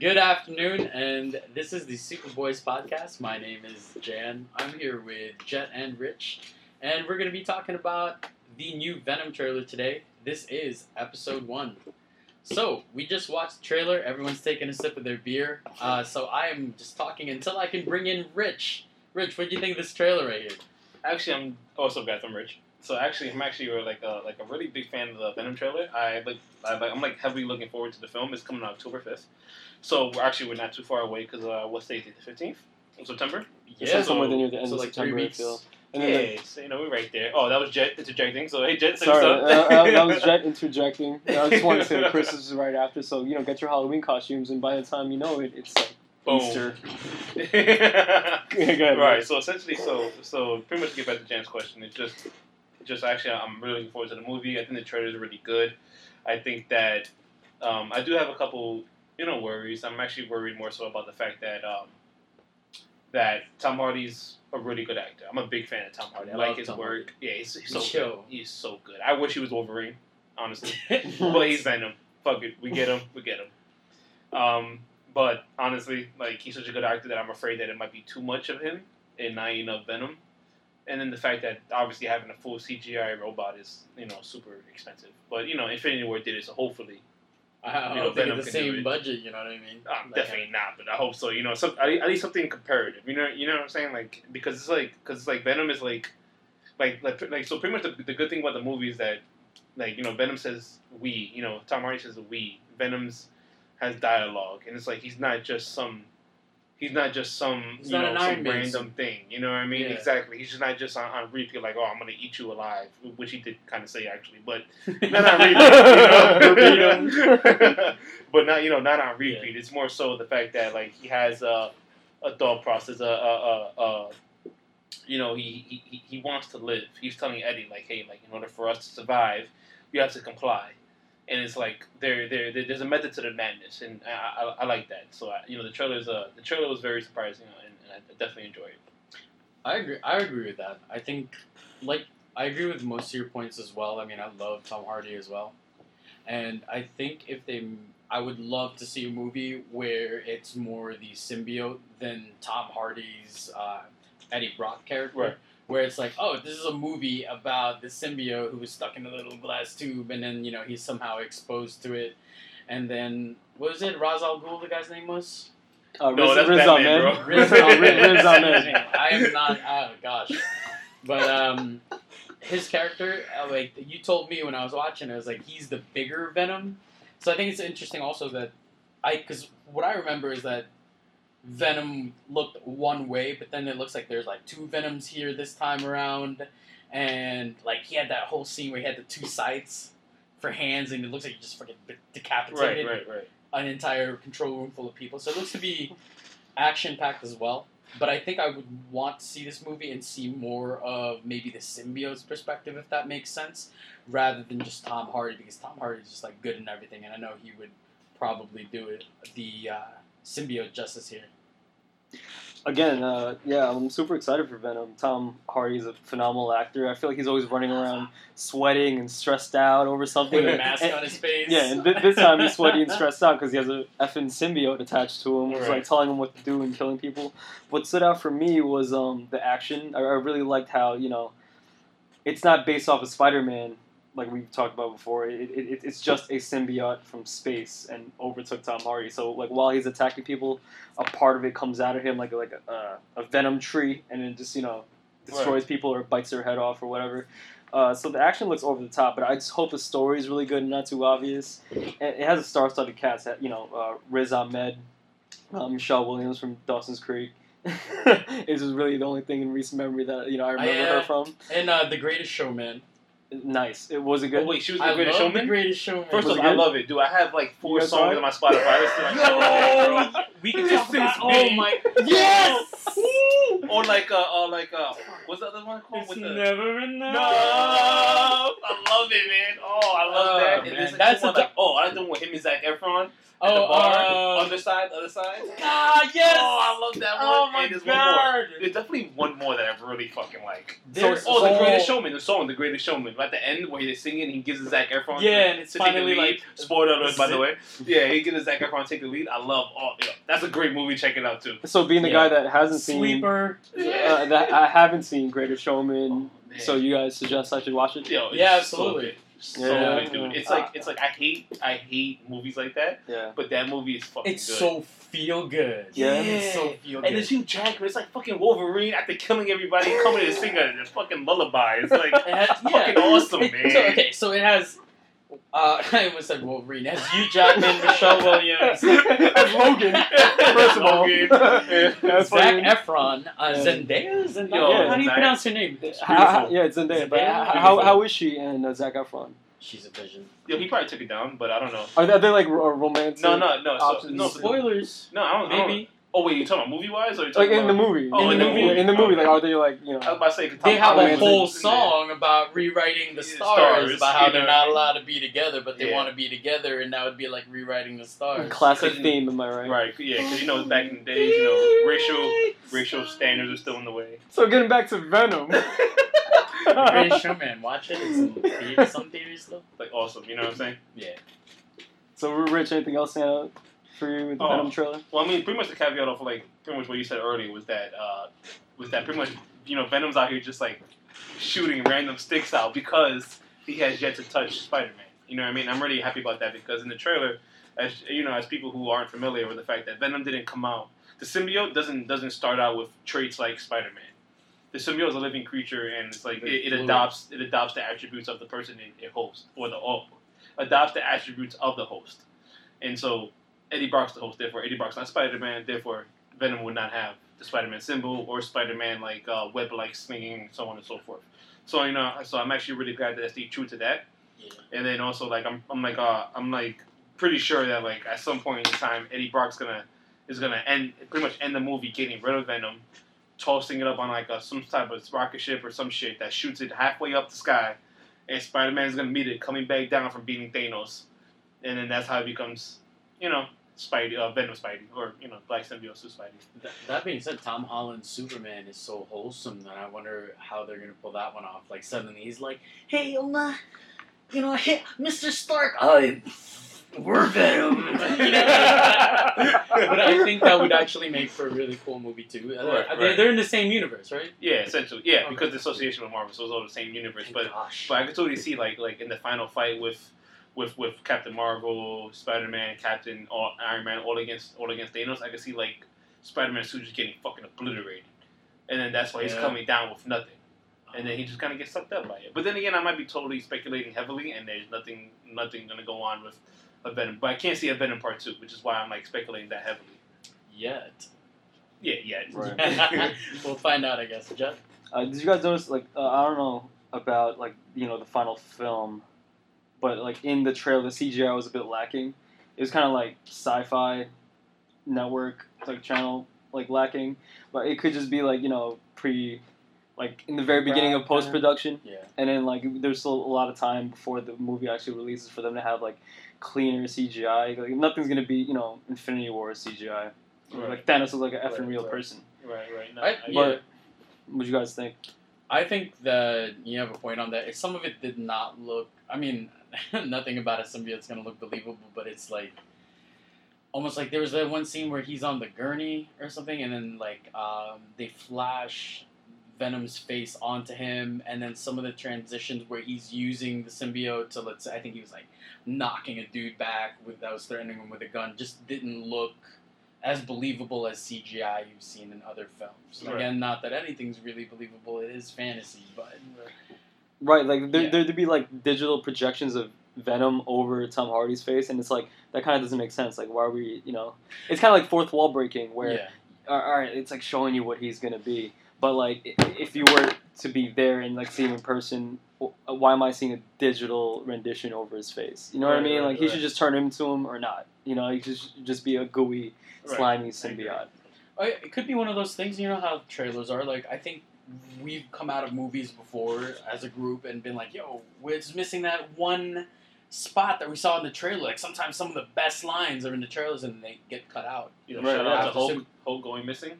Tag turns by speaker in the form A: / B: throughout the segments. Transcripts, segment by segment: A: Good afternoon, and this is the Sequel Boys podcast. My name is Jan. I'm here with Jet and Rich, and we're going to be talking about the new Venom trailer today. This is episode one. So, we just watched the trailer. Everyone's taking a sip of their beer. Uh, so, I am just talking until I can bring in Rich. Rich, what do you think of this trailer right here?
B: Actually, I'm also Gotham Rich. So actually, I'm actually uh, like a, like a really big fan of the Venom trailer. I like, I like I'm like heavily looking forward to the film. It's coming out October 5th. So we're actually we're not too far away because uh, what's the date? The 15th of September.
C: It says
A: so-
C: somewhere near the end
A: so
C: of
A: like three
C: September, I
A: weeks.
C: feel. And
B: Yeah,
C: then like,
B: so, you know we're right there. Oh, that was Jet interjecting. So hey, Jet, say
C: sorry,
B: what's
C: uh,
B: up?
C: uh, that was Jet interjecting. I just want to say that Chris is right after, so you know, get your Halloween costumes, and by the time you know it, it's like
B: Boom.
C: Easter. Go
B: right.
C: ahead, man.
B: So essentially, so so pretty much to get back to Jan's question, it's just just actually I'm really looking forward to the movie. I think the trailer is really good. I think that um, I do have a couple you know worries. I'm actually worried more so about the fact that um, that Tom Hardy's a really good actor. I'm a big fan of Tom Hardy. I
A: Love
B: like his
A: Tom
B: work.
A: Hardy.
B: Yeah, he's, he's
A: Me
B: so good.
A: too.
B: He's so good. I wish he was Wolverine, honestly but he's Venom. Fuck it, we get him, we get him. Um, but honestly, like he's such a good actor that I'm afraid that it might be too much of him and not enough Venom. And then the fact that obviously having a full CGI robot is you know super expensive. But you know Infinity War did it, so hopefully,
A: I I
B: You know,
A: don't think
B: Venom
A: it's the
B: can do
A: same
B: it.
A: budget, you know what I mean?
B: um,
A: That
B: definitely not. But I hope so. You know, some, at le- at least something comparative. You know, you know what I'm saying? Like because it's like because like Venom is like like like, pr- like so pretty much the, the good thing about the movie is that like you know Venom says we you know Tom Hardy says we Venom's has dialogue and it's like he's not just some he's not just some
A: He's
B: you
A: not
B: know
A: an
B: some
A: Iron Man
B: random thing you know what I mean
A: Yeah.
B: exactly he's just not just on, on repeat like oh I'm gonna eat you alive which he did kind of say actually but
A: kind-
B: not on repeat you know?
C: Verbatim.
B: but not you know not on repeat it's more so the fact that like he has a a thought process a a a, a you know, he, he- he he wants to live. He's telling Eddie like, hey, like in order for us to survive, you have to comply. And it's like there there there- there's a method to the madness, and I, I, I like that. So I, you know, the trailer's uh the trailer was very surprising, and, and I definitely enjoyed it.
A: I agree. I agree with that. I think, like, I agree with most of your points as well. I mean, I love Tom Hardy as well, and I think if they, I would love to see a movie where it's more the symbiote than Tom Hardy's uh, Eddie Brock character.
B: Right.
A: Where it's like, oh, this is a movie about the symbiote who was stuck in a little glass tube, and then you know he's somehow exposed to it, and then what was it? Ra's al Ghul, the guy's name was.
C: Uh,
B: No,
C: Riz,
B: that's
C: Riz
B: Batman,
C: Ahmed.
B: bro.
A: Riz,
C: Riz,
A: oh,
C: Ahmed.
A: Riz, Riz
C: Riz Ahmed.
A: I am not. Oh gosh, but um, his character, uh, like you told me when I was watching, I was like, he's the bigger Venom. So I think it's interesting also that I, because what I remember is that Venom looked one way, but then it looks like there's like two Venoms here this time around, and like he had that whole scene where he had the two sights for hands, and it looks like he just fucking de- decapitated
B: Right, right, right.
A: an entire control room full of people. So it looks to be action packed as well. But I think I would want to see this movie and see more of maybe the symbiote's perspective, if that makes sense, rather than just Tom Hardy, because Tom Hardy is just like good in everything, and I know he would probably do it the uh, symbiote justice here.
C: Again, uh, yeah, I'm super excited for Venom. Tom Hardy's a phenomenal actor. I feel like he's always running around sweating and stressed out over something.
A: With a
C: And-
A: mask
C: and-
A: on his face.
C: Yeah, and th- this time he's sweaty and stressed out because he has a effing symbiote attached to him, who's
B: Right.
C: like telling him what to do and killing people. What stood out for me was um, the action. I, I really liked how you know, it's not based off of Spider-Man like we've talked about before. It, it, it- it's just a symbiote from space and overtook Tom Hardy. So like while he's attacking people, a part of it comes out of him like a- like a, uh, a venom tree, and it just you know destroys people or bites their head off or whatever. Uh, so the action looks over the top, but I just hope the story is really good and not too obvious. It, it has a star-studded cast, you know, uh, Riz Ahmed, uh, Michelle Williams from Dawson's Creek. this is really the only thing in recent memory that you know I remember
A: Oh, yeah.
C: her from.
A: And uh, The Greatest Showman.
C: Nice, it was a good.
B: Oh, wait, she was the
A: I
B: greatest
A: love The
B: showman.
A: Greatest Showman.
B: First
C: Was
B: off,
C: it
B: I
C: good?
B: love it, dude. I have like four
C: You guys
B: songs
C: saw
B: on my Spotify. I listen to like
A: Yo!
B: bro.
A: we
B: can talk about-
A: Oh
B: oh
A: my!
B: my-
A: Yes!
B: Or like uh, uh like uh, what's the other one called? with the...
A: never
B: No, I love it, man. Oh, I love
A: Oh,
B: that.
A: man,
B: And there's like
A: that's
B: two more,
A: a-
B: like, oh, I like the one with him and Zach Efron.
A: Oh,
B: the bar.
A: uh,
B: other side, other side.
A: God, yes.
B: Oh, I love that one.
A: Oh my
B: and there's One more.
A: god.
B: There's definitely one more that I really fucking like.
A: There's
B: oh, the
A: all-
B: greatest showman, the song, the greatest showman. At the end, where he's singing, he gives Zach Efron.
A: Yeah,
B: to-
A: and it's
B: to take the
A: finally,
B: lead.
A: like-
B: spoiler alert, by the way. Yeah, he gives Zach Efron to take the lead. I love all. yeah, that's a great movie. Check it out too.
C: So being the
A: Yeah.
C: guy that hasn't seen,
A: Sleeper.
C: uh, that I haven't seen Greater Showman.
B: Oh, man.
C: so you guys suggest I should watch it?
B: Yo, it's
A: Yeah,
B: So
A: absolutely.
B: good. So
C: Yeah.
B: good, dude. It's like it's like I hate I hate movies like that,
C: Yeah.
B: but that movie is fucking
A: It's
B: good.
A: so feel good.
C: Yeah.
A: It's so feel
B: And
A: good.
B: it's Hugh Jackman. It's like fucking Wolverine after killing everybody, coming and singing a fucking lullaby. It's like
A: It has- yeah.
B: fucking awesome,
A: It-
B: man.
A: So, okay, so it has. Uh, I almost said Wolverine. It has Hugh Jackman, Michelle Williams,
C: That's Logan. First of all,
B: Logan.
A: Zach
C: That's fucking-
A: Efron, uh,
C: Yeah.
A: Zendaya. Zendaya.
C: Yo,
A: how do you
B: nice.
A: pronounce her name?
C: How- how- yeah, it's Zendaya.
A: Zendaya?
C: But how, how, how is she and uh, Zach Efron?
A: She's a vision.
B: Yo, he probably took it down, but I don't know.
C: Are they, are they like ro- uh, romantic?
B: No, no, no. So,
C: Options.
B: no, so-
A: Spoilers,
B: no, I don't, I don't-
A: maybe.
B: Oh wait, you talking about movie wise or you
C: Like
B: talking
C: in the
B: about?
C: movie.
B: Oh,
A: in the
C: Yeah,
A: movie.
C: in the movie,
B: Okay.
C: like are they like you
B: I was
C: know?
B: about to say 'cause
A: They have
B: Tom
A: a
C: Holland's
A: whole
B: in there.
A: song about rewriting the
B: Yeah,
A: stars,
B: stars,
A: about how
B: you
A: they're
B: know.
A: not allowed to be together, but they
B: Yeah.
A: want to be together, and that would be like rewriting the stars.
C: Classic
B: Cousin-
C: theme, am I right?
B: Right, yeah, because you know back in the days, you know, racial racial standards are still in the way.
C: So getting back to Venom.
A: Pretty sure, man. Watch it. It's in theaters- some theaters still.
B: like awesome, you know what I'm saying?
A: Yeah.
C: so Rich, anything else stand out for you with the
B: Oh.
C: Venom trailer?
B: Well, I mean, pretty much the caveat of like pretty much what you said earlier was that uh, was that pretty much you know Venom's out here just like shooting random sticks out because he has yet to touch Spider-Man. You know what I mean? I'm really happy about that because in the trailer, as you know, as people who aren't familiar with the fact that Venom didn't come out, the symbiote doesn't doesn't start out with traits like Spider-Man. The symbiote is a living creature, and it's like it, it adopts it adopts the attributes of the person it, it hosts or the or adopts the attributes of the host, and so Eddie Brock's the host, therefore Eddie Brock's not Spider Man, therefore Venom would not have the Spider Man symbol or Spider Man like uh, web like slinging and so on and so forth. So you know, so I'm actually really glad that they stayed true to that.
A: Yeah.
B: And then also like I'm, I'm like uh, I'm like pretty sure that like at some point in time Eddie Brock's gonna is gonna end pretty much end the movie getting rid of Venom, tossing it up on like a, some type of rocket ship or some shit that shoots it halfway up the sky, and Spider Man's gonna meet it coming back down from beating Thanos, and then that's how it becomes, you know, Spidey, uh, Venom Spidey, or you know, Black Symbiote Suit Spidey.
A: Th- That being said, Tom Holland's Superman is so wholesome that I wonder how they're gonna pull that one off. Like suddenly he's like, "Hey, Oma, you know, hey, Mr. Stark, I, we're Venom." You know? but I think that would actually make for a really cool movie too. Uh,
B: Right,
A: they're,
B: right.
A: they're in the same universe, right?
B: Yeah, essentially, yeah,
A: Okay.
B: because the association with Marvel, so it's all the same universe, but
A: Gosh.
B: But I could totally see like like in the final fight with with with Captain Marvel, Spider Man, Captain all, Iron Man, all against all against Thanos. I could see like Spider Man suit just getting fucking obliterated, and then that's why he's
A: Yeah.
B: coming down with nothing, and then he just kind of gets sucked up by it. But then again, I might be totally speculating heavily, and there's nothing nothing gonna go on with a Venom. But I can't see a Venom part two, which is why I'm like speculating that heavily.
A: yet.
B: Yeah, yeah.
A: Right. we'll find out, I guess. Jeff?
C: Uh, did you guys notice, like, uh, I don't know about, like, you know, the final film, but, like, in the trailer, the CGI was a bit lacking. It was kind of like sci fi network, like, channel, like, lacking. But it could just be, like, you know, pre, like, in the very beginning of post production.
A: Yeah.
C: And then, like, there's still a lot of time before the movie actually releases for them to have, like, cleaner CGI. Like, nothing's going to be, you know, Infinity War CGI. Like, Thanos is like an effing
A: Right,
C: real
A: right.
C: person.
B: right, right. No,
A: I,
B: I-
A: yeah,
C: What do you guys think?
A: I think that you have a point on that. If Some of it did not look. I mean, nothing about a symbiote's gonna look believable, but it's like almost like there was that one scene where he's on the gurney or something, and then like um, they flash Venom's face onto him, and then some of the transitions where he's using the symbiote to let's. say I think he was like knocking a dude back with that was threatening him with a gun. Just didn't look as believable as CGI you've seen in other films. And
B: Right.
A: Again, not that anything's really believable. It is fantasy, but
C: Right, like there,
A: Yeah.
C: there'd be like digital projections of Venom over Tom Hardy's face, and it's like that kind of doesn't make sense. Like, why are we, you know, it's kind of like fourth wall breaking, where
A: yeah,
C: all all right, it's like showing you what he's gonna be, but like i- if you were to be there and like see him in person, w- uh, why am I seeing a digital rendition over his face? You know what I
B: Right,
C: mean?
B: right,
C: like he should
B: right.
C: just turn him to him or not. You know, he should should just be a gooey,
B: Right.
C: slimy
B: agree.
A: I,
C: symbiote.
A: Oh, it could be one of those things. You know how trailers are. Like I think we've come out of movies before as a group and been like, "Yo, it's missing that one spot that we saw in the trailer. Like sometimes some of the best lines are in the trailers and they get cut out.
B: You know,
C: Right,
B: shout out
A: yeah.
B: to Hulk, Hulk going missing.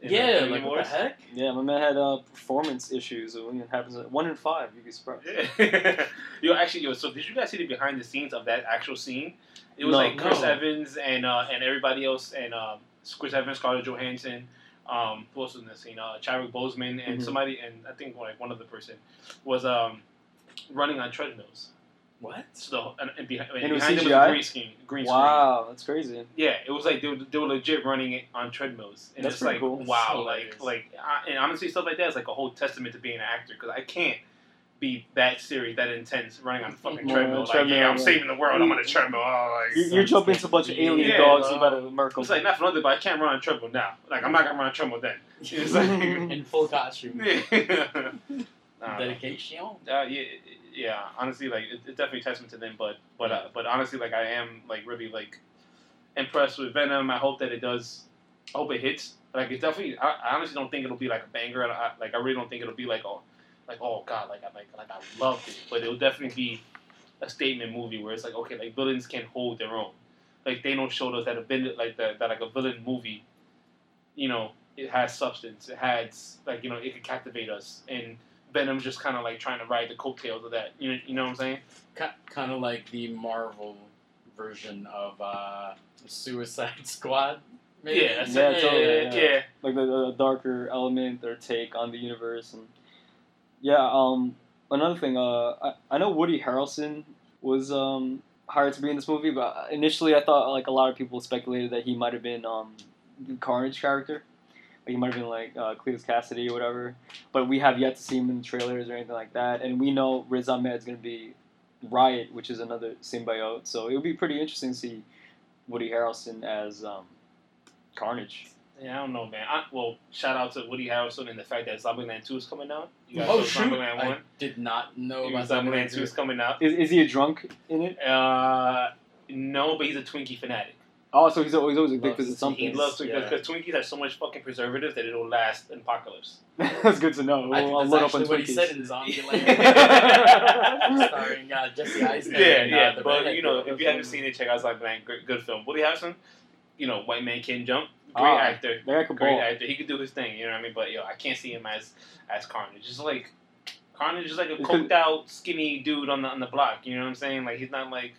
B: in the
A: yeah,
B: Infinity
A: like what
B: Wars.
A: the heck?
C: Yeah, my man had uh, performance issues. and It happens at one in five. You'd be surprised.
B: Yeah. yo, actually, yo. So did you guys see the behind the scenes of that actual scene? It was
C: No.
B: like Chris
A: No.
B: Evans and uh, and everybody else, and um, Chris Evans, Scarlett Johansson, um, who else was in the scene? Uh, Chadwick Boseman and
C: Mhm.
B: somebody, and I think like one other person was um, running on treadmills.
A: What?
B: So the, and, and behind, and
C: And it was
B: behind them was
C: CGI?
B: a green screen. Green screen.
C: Wow, that's crazy.
B: Yeah, it was like they were, they were legit running it on treadmills, and
C: That's
B: it's
C: pretty
B: like
C: cool.
B: wow,
A: So
B: like
A: hilarious.
B: like I, and honestly, stuff like that is like a whole testament to being an actor because I can't be that serious, that intense, running on a fucking
C: Mhm.
B: treadmill. Like
C: Treadmill,
B: yeah, I'm
C: yeah.
B: saving the world. I'm on a treadmill. Oh, like
C: You're, you're
A: Sounds
C: jumping into a bunch of alien
B: Yeah,
C: dogs.
B: well,
C: You better murk
B: it's like not for nothing, but I can't run on a treadmill now. Like I'm not gonna run on a treadmill then. It's like
A: in full costume.
B: yeah. Nah,
A: Dedication.
B: uh, yeah, yeah. Honestly, like it, it's definitely a testament to them. But but uh, but honestly, like I am like really like impressed with Venom. I hope that it does. I hope it hits. Like it's definitely. I, I honestly don't think it'll be like a banger. I, I- like I really don't think it'll be like oh like oh god like I like like I loved it. But it'll definitely be a statement movie where it's like okay like villains can hold their own. Like they don't show us that a villain like that that like a villain movie, you know, it has substance. It has like you know it could captivate us and. Venom's just kind of like trying to ride the coattails of that. You know, you know what I'm saying?
A: Kind of like the Marvel version of uh, Suicide Squad. Maybe?
B: Yeah, that's
C: Yeah,
B: it.
C: totally,
B: yeah,
C: yeah.
B: yeah.
C: like the, the darker element or take on the universe and yeah um another thing uh I, I know woody harrelson was um hired to be in this movie but initially i thought like a lot of people speculated that he might have been um the carnage character like he might have been like uh, Cletus Cassidy or whatever, but we have yet to see him in trailers or anything like that. And we know Riz Ahmed is going to be Riot, which is another symbiote. So it would be pretty interesting to see Woody Harrelson as um, Carnage.
B: Yeah, I don't know, man. I, well, shout out to Woody Harrelson and the fact that Zombieland 2 is coming out. You guys
A: Oh
B: know
A: shoot!
B: Zombieland 1?
A: I did not know
B: You know
A: about
B: Zombieland
A: that.
B: 2 is coming out.
C: Is, is he a drunk in it?
B: Uh, no, but he's a Twinkie fanatic.
C: Oh, so he's always always addicted
A: Loves-
C: to something.
B: He loves Twinkies
A: Yeah.
B: because Twinkies have so much fucking preservatives that it'll last an apocalypse.
C: That's good to know.
A: I think
C: I'll
A: that's
C: load up
A: actually
C: on
A: what
C: Twinkies.
A: he said in Zombieland.
B: yeah,
A: Starring uh, Jesse Eisenberg. and, uh,
B: yeah,
A: the
B: but
A: redhead
B: you know,
A: girl.
B: if you haven't seen it, check out Zombieland. Good, good film. Woody Harrelson, you know, White Man Can Jump. Great
C: Ah.
B: actor.
C: That guy could
B: great
C: ball.
B: actor. He could do his thing, you know what I mean? But yo, I can't see him as as Carnage. Just like Carnage is like a
C: It's 'cause-
B: coked out skinny dude on the on the block. You know what I'm saying? Like he's not like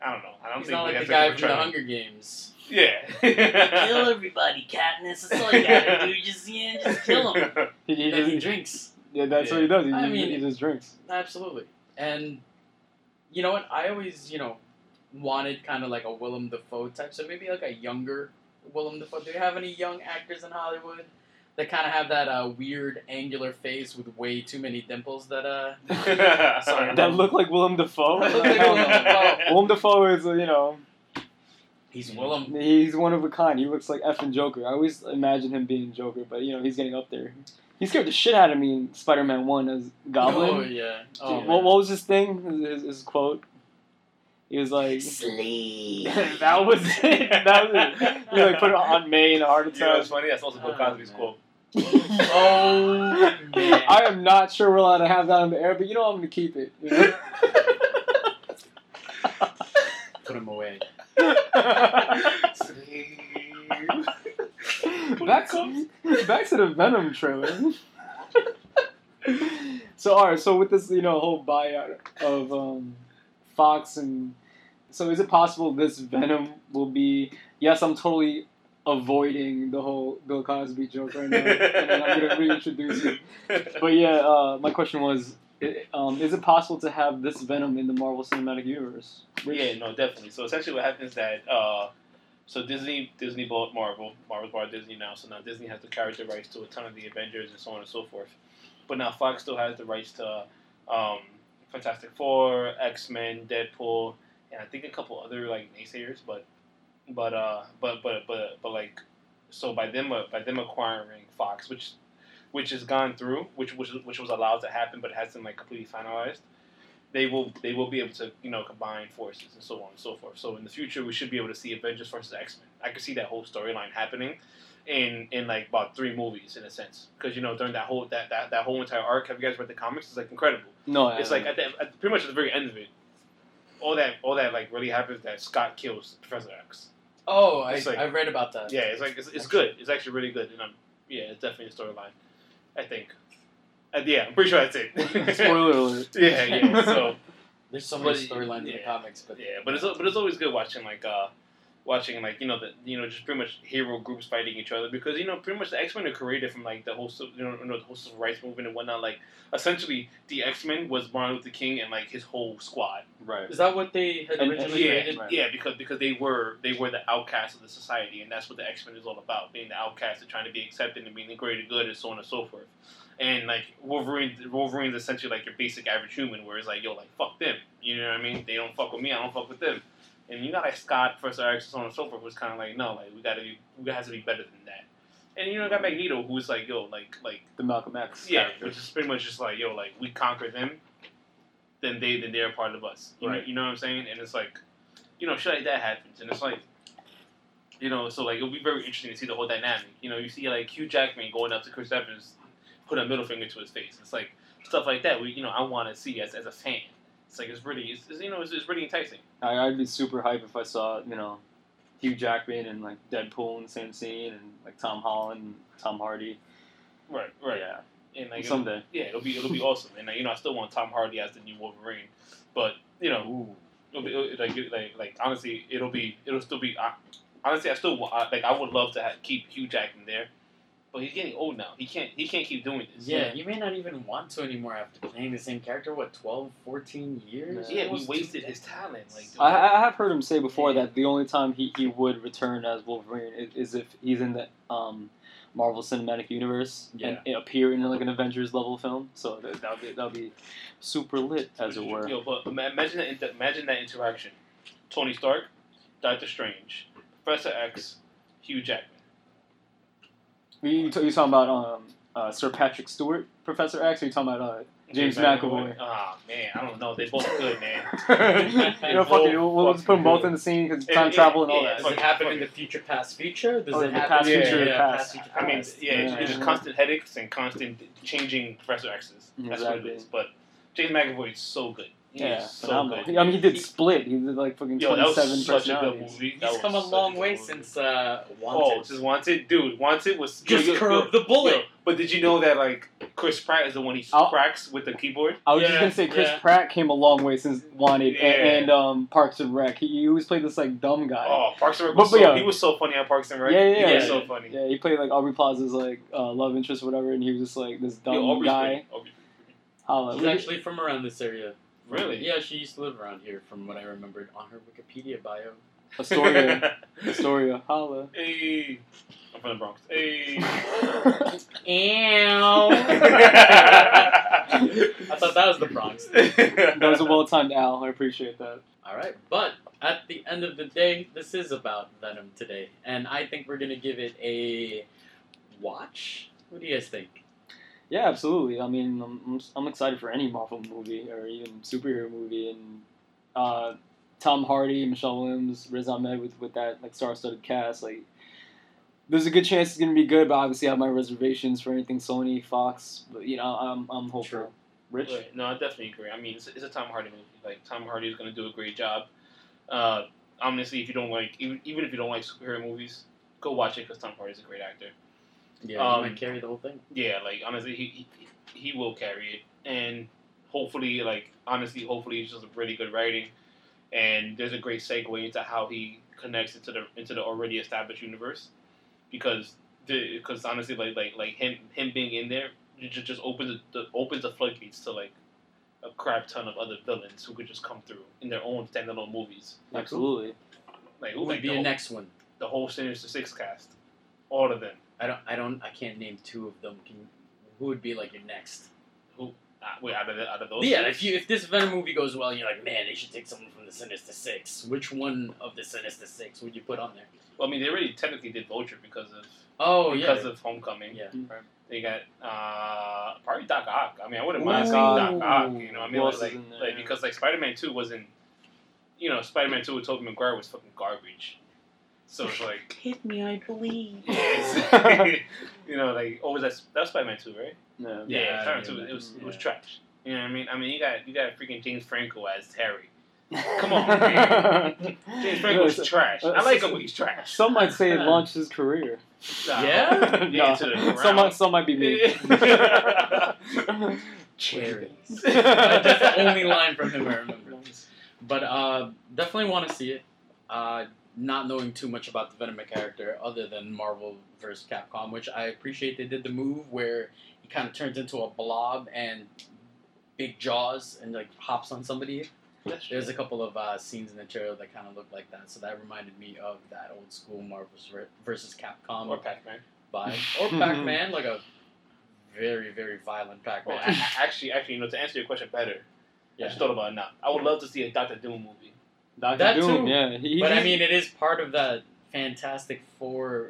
B: I don't know. I don't
A: He's
B: think
A: not like
B: that's
A: the guy
B: what
A: from The
B: we're
A: Hunger Games.
B: trying to-
A: kill everybody, Katniss. That's all you gotta do. Just, yeah,
B: Yeah.
A: just kill them.
C: He, he,
A: And then he
C: just,
A: drinks.
C: yeah, that's what he does. He,
A: I
C: he-
A: mean-
C: he just drinks.
A: Absolutely. And you know what? I always, you know, wanted kind of like a Willem Dafoe type. So maybe like a younger Willem Dafoe. Do you have any young actors in Hollywood that kind of have that uh, weird angular face with way too many dimples that uh Sorry.
C: That look like Willem Dafoe.
A: Look like Willem Dafoe.
C: Willem Dafoe is, uh, you know,
A: he's
B: Mm-hmm.
A: Willem.
C: he's one of a kind. He looks like effing Joker. I always imagine him being Joker, but you know, he's getting up there. He scared the shit out of me in Spider-Man One as Goblin.
A: Oh yeah. Oh,
C: Dude, what, what was his thing? His, his, his quote. He was like,
A: Sleep.
C: "That was it. That was it." He like put it on May in a heart
B: You know what's
C: attack.
B: funny? That's also Bill
A: Oh,
B: Cosby's
A: man.
B: quote.
A: Oh man.
C: I am not sure we're allowed to have that on the air, but you know I'm gonna keep it. you know?
A: Put him away.
C: back, back to the Venom trailer. so all right, so with this, you know, whole buyout of um, Fox and so is it possible this Venom will be? Yes, I'm totally avoiding the whole Bill Cosby joke right now, and I'm gonna reintroduce it. But yeah, uh, my question was. i- um, is it possible to have this Venom in the Marvel Cinematic Universe? Rich?
B: Yeah, no, definitely. So essentially, what happens that uh, so Disney Disney bought Marvel, Marvel bought Disney now. So now Disney has the character rights to a ton of the Avengers and so on and so forth. But now Fox still has the rights to um, Fantastic Four, X Men, Deadpool, and I think a couple other like naysayers. But but uh, but but but but like so by them uh, by them acquiring Fox, which which has gone through, which which which was allowed to happen, but hasn't like completely finalized they will they will be able to you know combine forces and so on and so forth. So in the future, we should be able to see Avengers versus X Men. I could see that whole storyline happening in in like about three movies in a sense because you know during that whole that, that that whole entire arc. Have you guys read the comics? It's like incredible.
C: No, I
B: It's like
C: haven't.
B: at, the, at pretty much at the very end of it. all that all that like really happens that Scott kills Professor X.
A: Oh, I,
B: It's like-
A: I read about that.
B: Yeah, it's like it's, it's good. It's actually really good, and I'm yeah, it's definitely a storyline. I think. Uh, yeah, I'm pretty sure that's it.
C: Spoiler alert.
B: yeah, yeah. So
A: There's so many
B: But-
A: storylines in the
B: yeah.
A: comics, but
B: yeah, but it's but it's always good watching like uh watching like you know the you know just pretty much hero groups fighting each other because you know pretty much the X Men are created from like the whole civ- you know, you know the whole civil rights movement and whatnot. Like essentially, the X Men was Martin Luther King and like his whole squad.
C: Right.
A: is that what they had
C: And- and-
A: originally
B: yeah,
A: created?
C: right.
B: yeah, because because they were they were the outcasts of the society, and that's what the X Men is all about: being the outcast and trying to be accepted and being the greater good, and so on and so forth. And like Wolverine, Wolverine's essentially like your basic average human, where it's like, yo, like fuck them, you know what I mean? They don't fuck with me, I don't fuck with them. And you got like Scott, Professor X, and so on and so forth, was kind of like, no, like we gotta be, we have to be better than that. And you know, got Magneto, who's like, yo, like like
C: The Malcolm X
B: yeah,
C: character.
B: which is pretty much just like, yo, like we conquer them, then they then they're a part of us. You, know,
C: Right.
B: you know what I'm saying? And it's like, you know, shit like that happens, and it's like, you know, so like it'll be very interesting to see the whole dynamic. You know, you see like Hugh Jackman going up to Chris Evans, put a middle finger to his face. It's like stuff like that. We, you know, I want to see as as a fan. It's like it's really, it's, it's, you know, it's, it's really enticing.
C: I, I'd be super hype if I saw, you know, Hugh Jackman and like Deadpool in the same scene, and like Tom Holland, and Tom Hardy.
B: Right,
C: Yeah.
B: And like, it'll,
C: Someday.
B: yeah, it'll be it'll be awesome. And like, you know, I still want Tom Hardy as the new Wolverine, but you know,
A: Ooh.
B: it'll be, it'll, like it- like like honestly, it'll be it'll still be. I, honestly, I still wa- I, like I would love to have, keep Hugh Jackman there, but he's getting old now. He can't he can't keep doing this.
A: Yeah, you may not even want to anymore after playing the same character, what, 12, 14 years?
B: yeah, we
A: Almost
B: wasted
A: two decades.
B: his talent. Like
C: I, I I have heard him say before
B: Yeah.
C: that the only time he, he would return as Wolverine is, is if he's in the um, Marvel Cinematic Universe and appear in like an Avengers level film. So that that would be, that'd be super lit, as it were.
B: Yo, but ima- imagine that inter- imagine that interaction: Tony Stark, Doctor Strange, Professor X, Hugh Jackman.
C: You you t- you talking about um, uh, Sir Patrick Stewart, Professor X? Or you talking about uh, James McAvoy.
B: Ah man, I don't know. They both good man.
C: you know, fuck it, we'll, we'll just put them both in the scene because time travel and all
B: Yeah,
C: that.
A: Does it happen in the future, past, future? Does
C: Oh,
A: it
C: the
A: happen
C: past,
A: yeah,
B: future,
A: yeah,
C: past.
A: past, future,
B: I mean,
A: past?
B: yeah, it's, it's just
C: Yeah.
B: constant headaches and constant changing Professor X's. That's what
C: Exactly.
B: it is. But James McAvoy is so good. He
C: Yeah,
B: is so
C: phenomenal.
B: good.
C: I mean, he did
B: He-
C: Split. He did like fucking
B: Yo, that
C: twenty-seven
B: was such a good
C: personalities.
B: movie. That
A: He's
B: was
A: come a
B: such
A: long
B: good
A: way
B: movie.
A: since uh,
B: Oh,
A: Wanted.
B: just Wanted, dude. Wanted was
A: Just
B: yo, yo,
A: curve
B: yo,
A: the bullet.
B: yo, But did you know that like Chris Pratt is the one he
C: I'll-
B: cracks with the keyboard?
C: I was
A: Yeah,
C: just gonna say Chris
A: yeah.
C: Pratt came a long way since Wanted a-
B: Yeah.
C: and, um, Parks and Rec. He, he always played this like dumb guy.
B: Oh, Parks and Rec.
C: Uh, But-
B: Was
C: but
B: so,
C: yeah.
B: He was so funny on Parks and Rec.
C: Yeah, yeah,
B: He was
A: yeah.
B: so funny.
C: Yeah, he played like Aubrey Plaza's like uh, love interest or whatever, and he was just like this dumb
B: Yo, Aubrey's
C: guy.
B: pretty- Aubrey's pretty-
C: Holla.
A: She's actually from around this area.
B: Uh, Really?
A: Yeah, she used to live around here, from what I remembered on her Wikipedia bio.
C: Astoria, Astoria, holla.
B: hey, I'm from the Bronx. Hey.
A: Ow! I thought that was the Bronx.
C: that was a well-timed Al. I appreciate that.
A: All right, but at the end of the day, this is about Venom today, and I think we're gonna give it a watch. What do you guys think?
C: Yeah, absolutely. I mean, I'm, I'm, I'm excited for any Marvel movie or even superhero movie, and uh, Tom Hardy, Michelle Williams, Riz Ahmed with with that like star-studded cast. Like, there's a good chance it's gonna be good, but obviously I have my reservations for anything Sony, Fox. But you know, I'm I'm hopeful.
A: True.
C: Rich.
B: Right. No, I definitely agree. I mean, it's, it's a Tom Hardy movie. Like Tom Hardy is going to do a great job. Uh, honestly, if you don't like, even, even if you don't like superhero movies, go watch it because Tom Hardy's a great actor.
A: Yeah,
B: Um,
A: you might carry the whole thing.
B: Yeah, like honestly, he he, he will carry it, and hopefully, like honestly, hopefully, it's just a really good writing, and there's a great segue into how he connects into the into the already established universe, because the because honestly, like like like him him being in there just just opens the opens the floodgates to like a crap ton of other villains who could just come through in their own standalone movies.
C: Absolutely.
B: Like
A: Who
B: like
A: would be
B: the,
A: your
B: whole,
A: next one?
B: the whole Sinister Six cast, all of them.
A: I don't. I don't. I can't name two of them. Can, who would be like your next?
B: Uh, Wait, out of the- out of those,
A: Yeah,
B: six?
A: if you if this Venom movie goes well, you're like, man, they should take someone from the Sinister Six. Which one of the Sinister Six would you put on there?
B: Well, I mean, they already technically did Vulture because of
A: Oh
B: because
A: yeah,
B: of Homecoming.
A: yeah.
B: They got uh, probably Doc Ock. I mean, I wouldn't
C: Ooh.
B: mind seeing Doc Ock. You know, I mean,
C: Who
B: like,
C: else is
B: like,
C: in there?
B: like, because like Spider Man Two wasn't, you know, Spider Man Two with Tobey Maguire was fucking garbage. So it's like,
A: Hit me, I believe.
B: yeah, it's- you know, like oh, was that that was Spider Man Two, right?
C: No.
A: Yeah, I
B: Spider Man
A: remember
B: Two.
A: that.
B: It was it was
C: Yeah.
B: trash. You know what I mean? I mean, you got you got freaking James Franco as Terry. Come on, James Franco's trash. I like him when he's trash.
C: Some might say it launched his career.
B: Nah.
A: Yeah?
B: Yeah, to the ground.
C: some might, some might be me.
A: Cherries. That's the only line from him I remember. But uh, definitely want to see it. Uh, not knowing too much about the Venom character other than Marvel vs. Capcom, which I appreciate they did the move where he kind of turns into a blob and big jaws and like hops on somebody. There's a couple of uh, scenes in the trailer that kind of look like that, so that reminded me of that old school Marvel versus Capcom
B: Or Pac-Man.
A: vibe, or Pac-Man, like a very very violent
B: Well,
A: Pac-Man.
B: a- a- actually, actually, you know, to answer your question better, I
A: Yeah.
B: just thought about it now. I would love to see a Doctor Doom movie.
C: Doctor
A: That
C: Doom,
A: too.
C: yeah. He-
A: But I
C: he-
A: mean, it is part of that Fantastic Four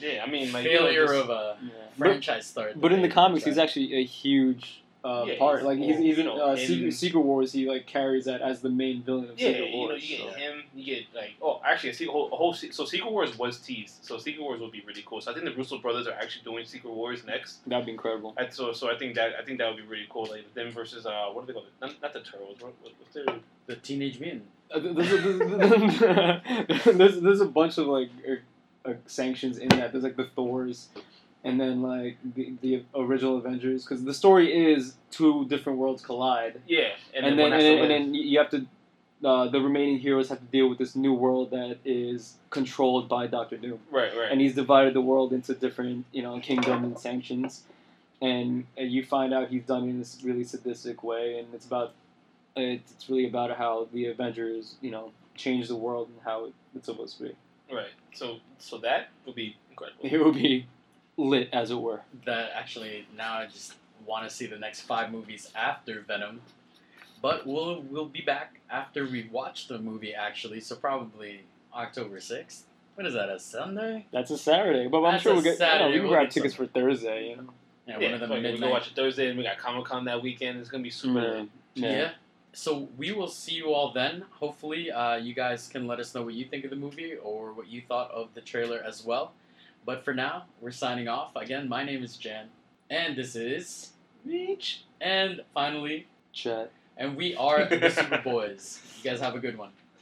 B: Yeah, I mean, like
A: failure
B: you know, just-
A: of a
C: yeah. But-
A: franchise start.
C: But in the comics, he's
A: actually
C: actually a huge uh,
B: Yeah,
C: part.
B: he's-
C: like he's,
B: well,
C: he's
B: you
C: in,
B: know,
C: uh,
B: in-
C: Secret, Secret Wars. He like carries that as the main villain of
B: yeah,
C: Secret
B: you know,
C: Wars.
B: you get
C: so.
B: him, you get like oh, actually, a sequel, a whole se- so Secret Wars was teased, so Secret Wars would be really cool. So I think the Russo brothers are actually doing Secret Wars next.
C: That'd be incredible.
B: I, so so I think that I think that would be really cool. Like them versus uh, what do they call it? Not, not the turtles. What, what, what's their
A: the Teenage Mutant.
C: Uh, th- There's a, there's, there's a bunch of like uh, uh, sanctions in that. There's like the Thors, and then like the, the original Avengers. Because the story is two different worlds collide,
B: yeah,
C: and,
B: and, then,
C: then
B: one has
C: and,
B: to
C: then, and
B: live.
C: then you have to. Uh, the remaining heroes have to deal with this new world that is controlled by Doctor Doom.
B: right, right.
C: and he's divided the world into different you know kingdoms and sanctions and, and you find out he's done it in this really sadistic way and it's about it's it's really about how the avengers you know change the world and how it, it's supposed to be
B: Right. So so that would be incredible.
C: it would be lit as it were
A: That actually now I just want to see the next five movies after Venom. But we'll we'll be back after we watch the movie actually. So probably October sixth. What is that? A Sunday?
C: that's a saturday but i'm
A: That's
C: sure
A: a
C: we'll get you know,
A: Saturday,
C: we can
A: we'll
C: grab
A: get
C: tickets for thursday you know
A: Yeah,
B: yeah,
A: one of them
B: fuck it, we
A: midnight. Mm.
B: go watch it Thursday, and we got Comic Con that weekend. It's gonna be super. lit.
A: yeah. So we will see you all then. Hopefully, uh, you guys can let us know what you think of the movie or what you thought of the trailer as well. But for now, we're signing off. Again, my name is Jan, and this is Reach, and finally
C: chat
A: And we are the Super Boys. You guys have a good one.